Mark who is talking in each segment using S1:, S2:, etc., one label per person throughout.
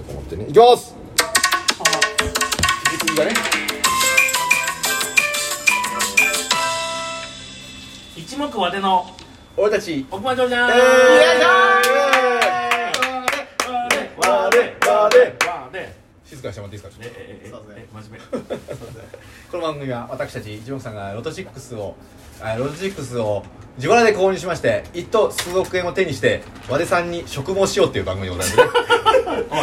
S1: ってねいきます
S2: 響きがね
S3: 一目わての
S2: 俺たち
S3: 億万長者
S2: えー
S3: わで
S2: わで
S3: わで
S1: 静かにしてもらっていいですかちょっ
S3: えええ
S2: そうですね
S3: え真面
S2: この番組は私たちジモンさんがロト6をあロト6を自腹で購入しまして一等数億円を手にして和田さんに職務しようっていう番組でございます、ね、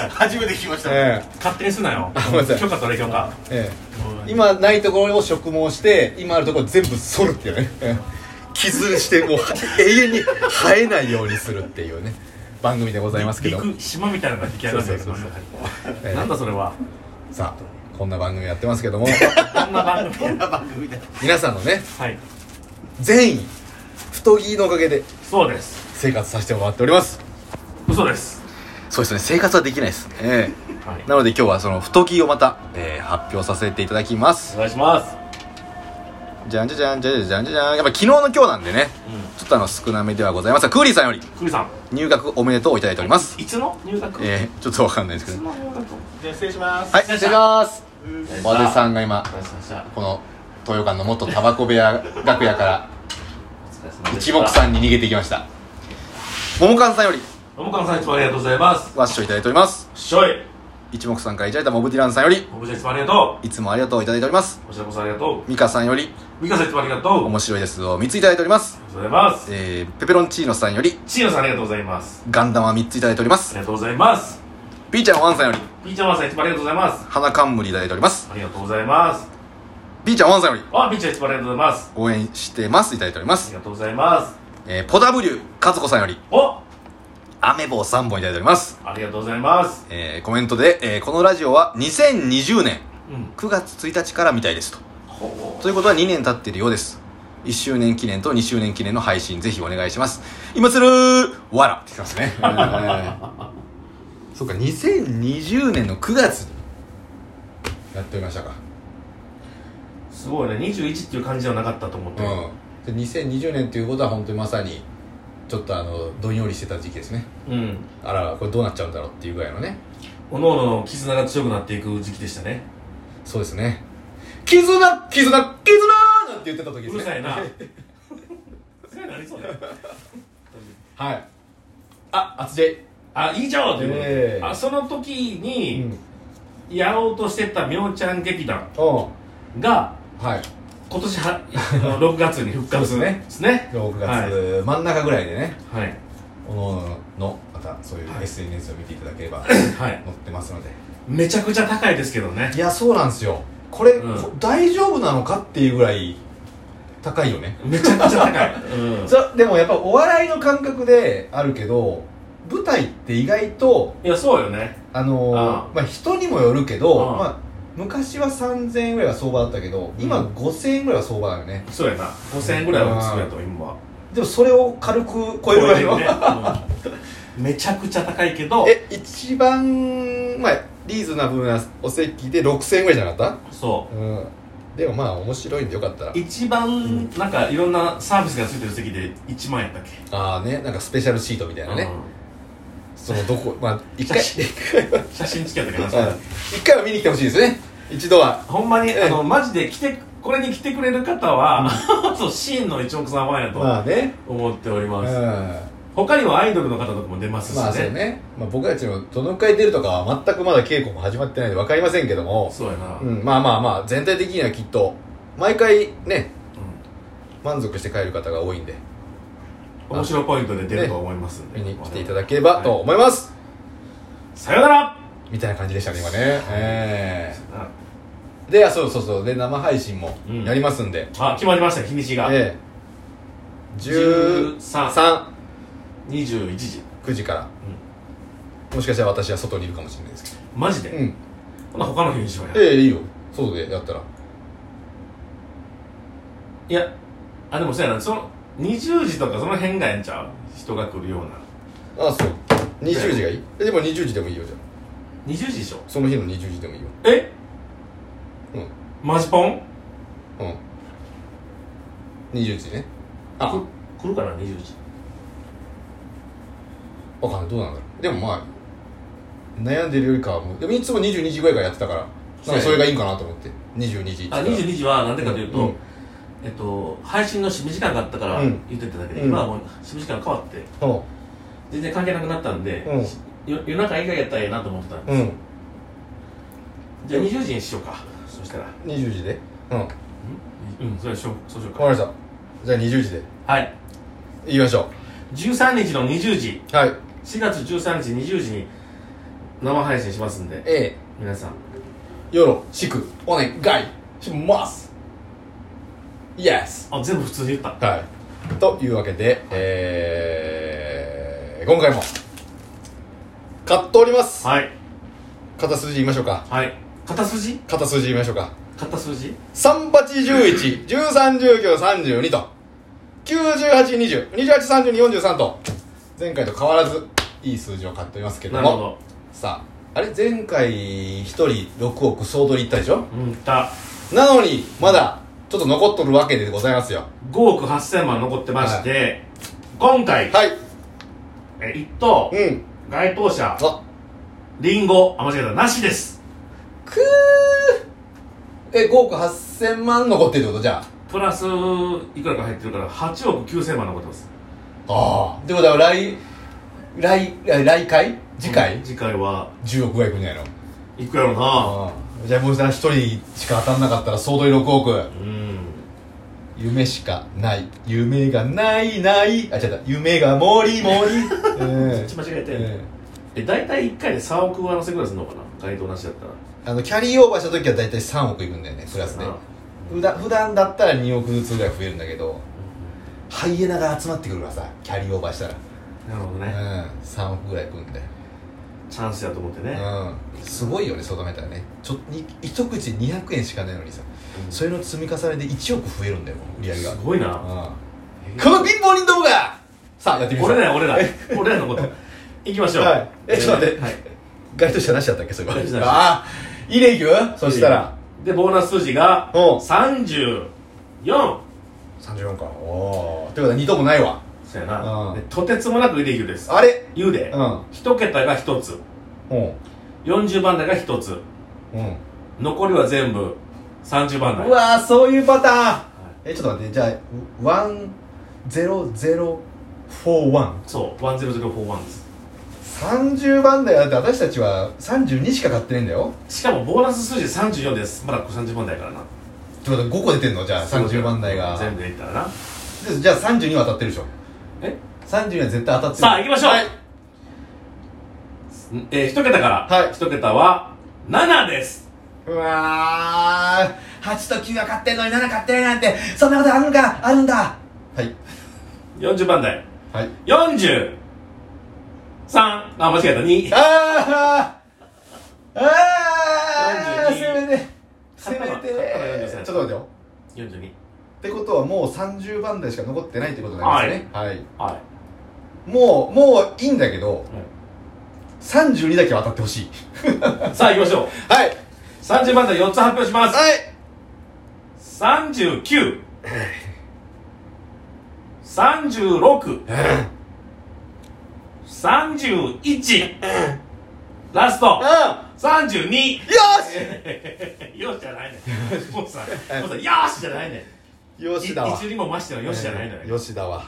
S4: 初めて聞きました
S2: え
S3: 目勝手にすなよ
S2: ごめんなさい
S3: 許可取れ許可
S2: えええ今ないところを植毛して今あるところ全部剃るっていうね ええ傷にしてもう永遠に生えないようにするっていうね番組でございますけど
S3: 陸島みたいなのが出来上がってるけど
S2: そうそう
S3: はいなんだそれは
S2: さあこんな番組やってますけども
S3: こんな番組
S4: な番組で
S2: 皆さんのね
S3: はい
S2: 善意太着のおかげで
S3: そうです
S2: 生活させてもらっております
S3: 嘘です
S2: そうですね生活はできないですええ
S3: はい
S2: なので今日はその太着をまた、えー発表させていただきます
S3: お願いします
S2: じゃんじゃじゃんじゃじゃじゃんじゃじゃんやっぱ昨日の今日なんでね
S3: う
S2: ちょっとあの少なめではございますがクーリーさんより
S3: んクリさん
S2: 入学おめでとうをいただいております
S3: いつの入学い
S2: えー、ちょっとわかんないですけ
S3: つ
S2: ど
S3: の入学
S4: じゃあ失礼します
S2: はい失礼します和田
S3: ん
S2: さんが今
S3: お疲れ様でした
S2: この東洋館の元タバコ部屋楽屋から
S3: お疲れ様で
S2: 一目散に逃げていきました桃缶さんより
S3: おもかんさんいつもありがとうございます
S2: ワッションいただいております
S3: しょい
S2: 一目散からいただいたモブディランさんより
S3: おぶじゃいつもありがと
S2: いつもありがとういただいております
S3: うおしゃこさんありがと
S2: ミカさんより
S3: うみかさんいつもありがとうおめで
S2: 面白いですを3ついただいております、
S3: とうございます
S2: えー、ペペロンチーノさんより
S3: チーノさんありがとうございます
S2: ガンダマ3ついただいておりま
S3: あ
S2: す
S3: りがとうございます
S2: ピーちゃんワンさんより
S3: ピーちゃんワンさんいつもありがとうございます
S2: 花冠いただいております
S3: ありがとうございます
S2: ピーちゃんワンさんより
S3: あピーちゃんいつもありがとうございます
S2: 応援してますいただいておりま
S3: あ
S2: す
S3: り、がとうございます
S2: えー、ポ W 和子さんより
S3: お
S2: アメ棒3本いただいております
S3: ありがとうございます
S2: えーコメントで、えーこのラジオは2020年
S3: うん
S2: 9月1日からみたいですと
S3: ほ
S2: ということは2年経っているようです1周年記念と2周年記念の配信ぜひお願いします今するわらってきますね、えー そうか2020年の9月にやっておりましたか
S3: うすごいね21っていう感じではなかったと思って
S2: うんで2020年ということは本当にまさにちょっとあのどんよりしてた時期ですね
S3: うん
S2: あらこれどうなっちゃうんだろうっていうぐらいのね
S3: おのおのの絆が強くなっていく時期でしたね
S2: そうですね絆絆絆なんて言ってた時で
S3: う
S2: す
S3: る
S2: ね
S3: さいなうるさいなりそう だよ
S2: はいあ厚 J
S3: あ以上ということで、
S2: ええ
S3: あその時に、
S2: うん
S3: やろうとしてたみょうちゃん劇団
S2: お
S3: が
S2: はい
S3: 今年はあの6月に復活
S2: そうですね
S3: ですね
S2: 6月、
S3: は
S2: 真ん中ぐらいでね
S3: はい
S2: おのおののまたそういう SNS を見ていただければ、
S3: はい
S2: 載ってますので
S3: めちゃくちゃ高いですけどね
S2: いやそうなんですよこれ、
S3: うん
S2: こ大丈夫なのかっていうぐらい高いよね
S3: めちゃくちゃ高い、 うん、
S2: そでもやっぱお笑いの感覚であるけど舞台って意外と
S3: いやそうよね
S2: あのー
S3: あ
S2: まあ人にもよるけど
S3: ああ
S2: まあ、昔は3000円ぐらいは相場だったけど今
S3: うん
S2: 5000円ぐらいは相場だよね
S3: そうやな5000円ぐらいはそうやと今は
S2: でもそれを軽く超えるぐらいの、
S3: うんめちゃくちゃ高いけど
S2: え一番まあリーズナブルなお席で6000円ぐらいじゃなかっ
S3: そ
S2: たうんでもまあ面白いんでよかったら
S3: う一番なんかいろんなサービスがついてる席で1万円やったっけ
S2: ああねなんかスペシャルシートみたいなね、そのどこまあ 一回
S3: 写
S2: 一
S3: うん写真付き合ったけ
S2: 回
S3: ど
S2: は一回は見に来てほしいですね一度は
S3: ほんまに
S2: ええ
S3: あのマジで来てこれに来てくれる方は そうシーンの一目散ファンやと
S2: まあね
S3: 思っており
S2: うん
S3: ます
S2: ま
S3: 他にもアイドルの方とかも出ますしね,、
S2: あそうね、まあ、僕たちもどのくらい出るとかは全くまだ稽古も始まってないんで分かりませんけども、
S3: そうやな、
S2: う
S3: うん
S2: ん、まあまあまあ全体的にはきっと毎回ね満足して帰る方が多いんで
S3: 面白ポイントで出ると思いますんで、
S2: 見に来ていただければと思います、
S3: さよなら
S2: みたいな感じでしたね今ね、え
S3: あ
S2: えであそうそうそうで生配信も
S3: うん
S2: やりますんで、
S3: あ決まりました日にちが、
S2: ええ
S3: 13
S2: 139
S3: 21時
S2: 時から、もしかしたら私は外にいるかもしれないですけ
S3: マジ
S2: ど
S3: で、
S2: うん
S3: ほな他の日にしようや
S2: ええいいよ外でやったら
S3: いやあでもそうやなその20時とかその辺がええんちゃう人が来るような
S2: あそう20時がいいえでも20時でもいいよじゃあ
S3: 20時でしょ
S2: その日の20時でもいいよ
S3: え
S2: うん
S3: マジポン
S2: うん20時ねあ
S3: く来るかな20時
S2: わかんないどうなんだろうでもまあ悩んでるよりかはもうでもいつも22時ぐらいからやってたからなんかそれがいいんかなと思って22時
S3: あ22時はなんでかというと、
S2: うん
S3: えっと、配信の締め時間があったから
S2: うん
S3: 言ってただけで、
S2: うん
S3: 今はもう締め時間変わって
S2: ほ
S3: 全然関係なくなったんで、
S2: うん
S3: よ夜中以外やったらええなと思ってたん
S2: う
S3: です、
S2: うん
S3: じゃあ20時にしようかそしたら
S2: 20時でうんわか
S3: うんそれしようそうしよう
S2: り
S3: か
S2: ましたじゃあ20時で
S3: はい
S2: 言いましょ
S3: 13日の20時
S2: うはい
S3: 4月13日20時に生配信しますんで
S2: A
S3: 皆さん
S2: よろしくお願いしますイエス
S3: あ全部普通に言った
S2: はいというわけでえー、今回も買っております
S3: はい
S2: 片筋言いましょうか
S3: はい片筋
S2: 片筋言いましょうか
S3: 片筋
S2: 3811131932と9820283243と前回と変わらずいい数字を買っておりますけれ
S3: な
S2: ど
S3: る
S2: も
S3: ほど
S2: さああれ前回1人6億総取りいったでしょ
S3: うん言った
S2: なのにまだちょっと残っとるわけでございますよ
S3: 5億8000万残ってまして、今回、
S2: はい
S3: え一等、
S2: うん
S3: 該当者
S2: あ
S3: リンゴあ間違えたなしです
S2: くーえ5億8000万残ってるってことじゃあ
S3: プラスいくらか入ってるから8億9000万残ってます
S2: ああってことは来来来来回次回、
S3: うん次回は
S2: 10億ぐらいいくんじゃないの
S3: いくやろうな
S2: じゃあもうさ一人しか当たんなかったら総取り6億
S3: うん
S2: 夢しかない夢がないないあ違った夢がもり もり
S3: そっち間違えて、え大体1回で3億上乗せぐらいするのかな該当なしだったら
S2: あのキャリーオーバーした時は大体3億いくんだよねプラスで
S3: うん
S2: 普段普段だったら2億ずつぐらい増えるんだけどハイエナが集まってくるからさキャリーオーバーしたら、
S3: なるほど
S2: うん
S3: ね、
S2: 3億ぐらいいくんだよ
S3: チャンスやと思ってね、
S2: うんすごいよねそう考えたらねちょに一口200円しかないのにさ
S3: うん
S2: それの積み重ねで1億増えるんだよ売り上げが
S3: すごいな、
S2: うんこの貧乏人どもがさあやってみましょう
S3: 俺らや俺ら俺らのこと行きましょう、
S2: はいえちょっと待って
S3: はい、
S2: 該当者なしだったっけそれは
S3: 該当者なし
S2: ああいいねいくそしたら
S3: でボーナス数字が
S2: おう
S3: 34
S2: 34かおおということは2ともないわ
S3: そうやな、
S2: うん
S3: でとてつもなくイレギュです
S2: あれ
S3: 言うで、
S2: うん
S3: 一桁が一つ
S2: うん
S3: 40番台が一つ
S2: うん
S3: 残りは全部30番台
S2: うわーそういうパターンえちょっと待ってじゃあワンゼロゼロフォーワン
S3: そう10041です
S2: 30番だよだって私たちは32しか買ってないんだよ
S3: しかもボーナス数字34ですまだ30番台からな
S2: ってことは5個出てんのじゃあ30番台が
S3: 全部でいったらな
S2: でじゃあ32は当たってるでしょ
S3: え
S2: 32は絶対当たってる
S3: さあ行きましょう、
S2: はい
S3: んえー、一桁から、
S2: はい
S3: 一桁は7です
S2: うわー8と9は勝ってんのに7勝ってないなんてそんなことあるのかあるんだはい
S3: 40番台
S2: はい
S3: 43あ間違えた2
S2: あーあー
S3: 42
S2: せめてせめて
S3: 勝ったのは
S2: ちょ
S3: 勝
S2: っ
S3: った
S2: と
S3: の
S2: 待
S3: は43
S2: ってよ
S3: 42
S2: ってことはもう30番台しか残ってないってことになりますねはい、
S3: は
S2: もうもういいんだけど32だけは当たってほしい
S3: いさあ行きましょう
S2: はい
S3: 30番台4つ発表します
S2: はい
S3: 39 36 31ラスト
S2: う
S3: 32
S2: んよ
S3: よしじゃないね んもうさ
S2: はい
S3: もうさよしじゃないね
S2: しよ
S3: んい
S2: しだわ
S3: 一にも増してのよしじゃないのよ
S2: よしだわ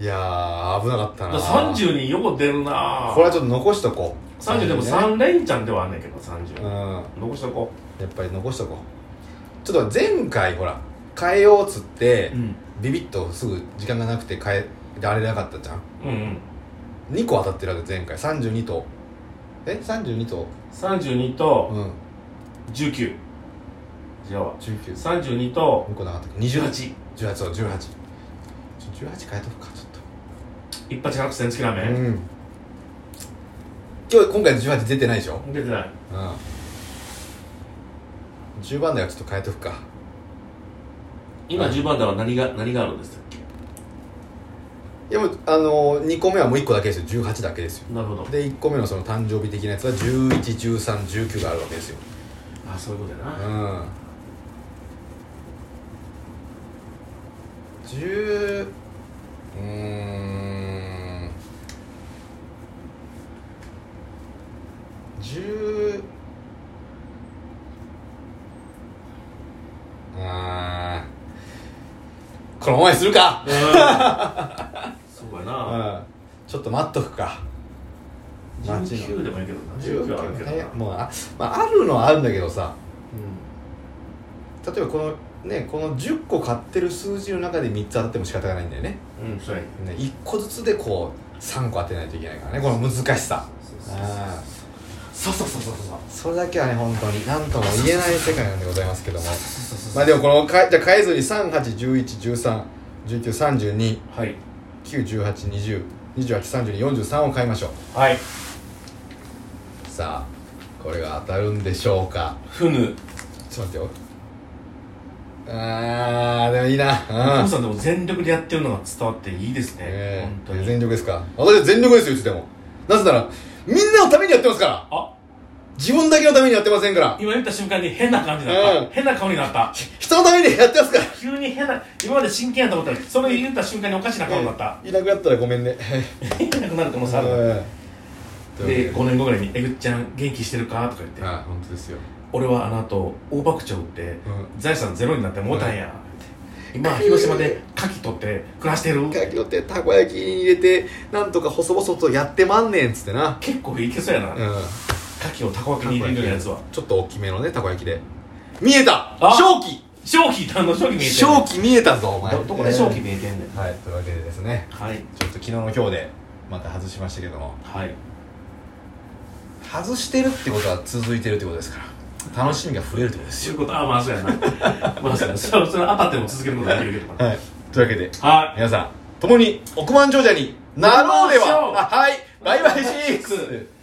S2: いやー危なかったな
S3: 32よく出るな
S2: これはちょっと残しとこう
S3: 30でも
S2: ね
S3: 3連チャンではあんねんけど30
S2: うん
S3: 残しとこ
S2: やっぱり残しとこうちょっと前回ほら変えようっつって、
S3: ううん
S2: ビビッとすぐ時間がなくて変えられなかったじゃん
S3: うんうん
S2: 2個当たってるわけ前回32とえ32と
S3: 32
S2: う
S3: と
S2: ん
S3: 19じゃあ
S2: 19
S3: 32と
S2: 2個なかったっけ2818
S3: 18
S2: そう18ちょ18変えとくかちょっ
S3: 一発100センチキラ
S2: と
S3: メ
S2: うん今日今回18出てないでしょ
S3: 出てない
S2: うん10番台はちょっと変えとくか
S3: 今10番台は何が何があるんですか
S2: いやもうあの2個目はもう1個だけですよ18だけですよ
S3: なるほど
S2: で1個目のその誕生日的なやつは111319があるわけですよ
S3: あそういうことやな
S2: うん10うーん10あーこのままにするか、
S3: そうやな
S2: うんちょっと待っとくか
S3: 19でもいいけどな19はあるけどな
S2: ねもうあ,、まあ、あるのはあるんだけどさ、例えばこのねこの10個買ってる数字の中で3つ当たっても仕方がないんだよね
S3: うんそうやね
S2: ね1個ずつでこう3個当てないといけないからねこの難しさあー
S3: そうそうそうそうそう
S2: それだけはね本当に何とも言えない世界なんでございますけどもまあでもこのかじゃあ変えずに3811131932
S3: はい
S2: 9 1 8 2 0 2 8 3 2 4 3を変えましょう
S3: はい
S2: さあこれが当たるんでしょうか
S3: ふぬ
S2: ちょっと待ってよあーでもいいな
S3: お
S2: うん
S3: 父さんでも全力でやってるのが伝わっていいですね
S2: え
S3: 本当
S2: ー
S3: に
S2: 全力ですか私は全力ですよいつでもなぜならみんなのためにやってますから
S3: あ
S2: 自分だけのためにやってませんから
S3: 今言った瞬間に変な感じにな
S2: うん
S3: った変な顔になった
S2: 人のためにやってますから
S3: 急に変な今まで真剣やと思ったらそれ言った瞬間におかしな顔になった
S2: いなくなったらごめんね
S3: 変なくなる可能性ある
S2: はい
S3: で5年後ぐらいに「えぐっちゃん元気してるか?」とか言って
S2: あ本当ですよ
S3: 「俺はあの後大爆鳥打って
S2: ん
S3: 財産ゼロになってもうたんや」って今広島で牡蠣取って暮らしてる
S2: かきのってたこ焼きに入れてなんとか細々とやってまんねんっつってな
S3: 結構いけそうやな
S2: うん
S3: 牡蠣をたこ焼きに入れるやつは
S2: ちょっと大きめのねたこ焼きで見えた
S3: あ
S2: 正気
S3: 正気あの正気見えてんねん
S2: 正気見えたぞお前
S3: どどこで正気見えてんねん
S2: えーはいというわけでですね
S3: はい
S2: ちょっと昨日の今日でまた外しましたけども
S3: はい
S2: 外してるってことは続いてるってことですから楽しみが増えるってことです
S3: そうい
S2: よ
S3: うことああまあそうやなまあそうやなそれそれ当たっても続けることができるけどな
S2: はいというわけで
S3: はい
S2: 皆さん共に億万長者になろうでは
S3: なろうでしょう
S2: あはいバイバイシックス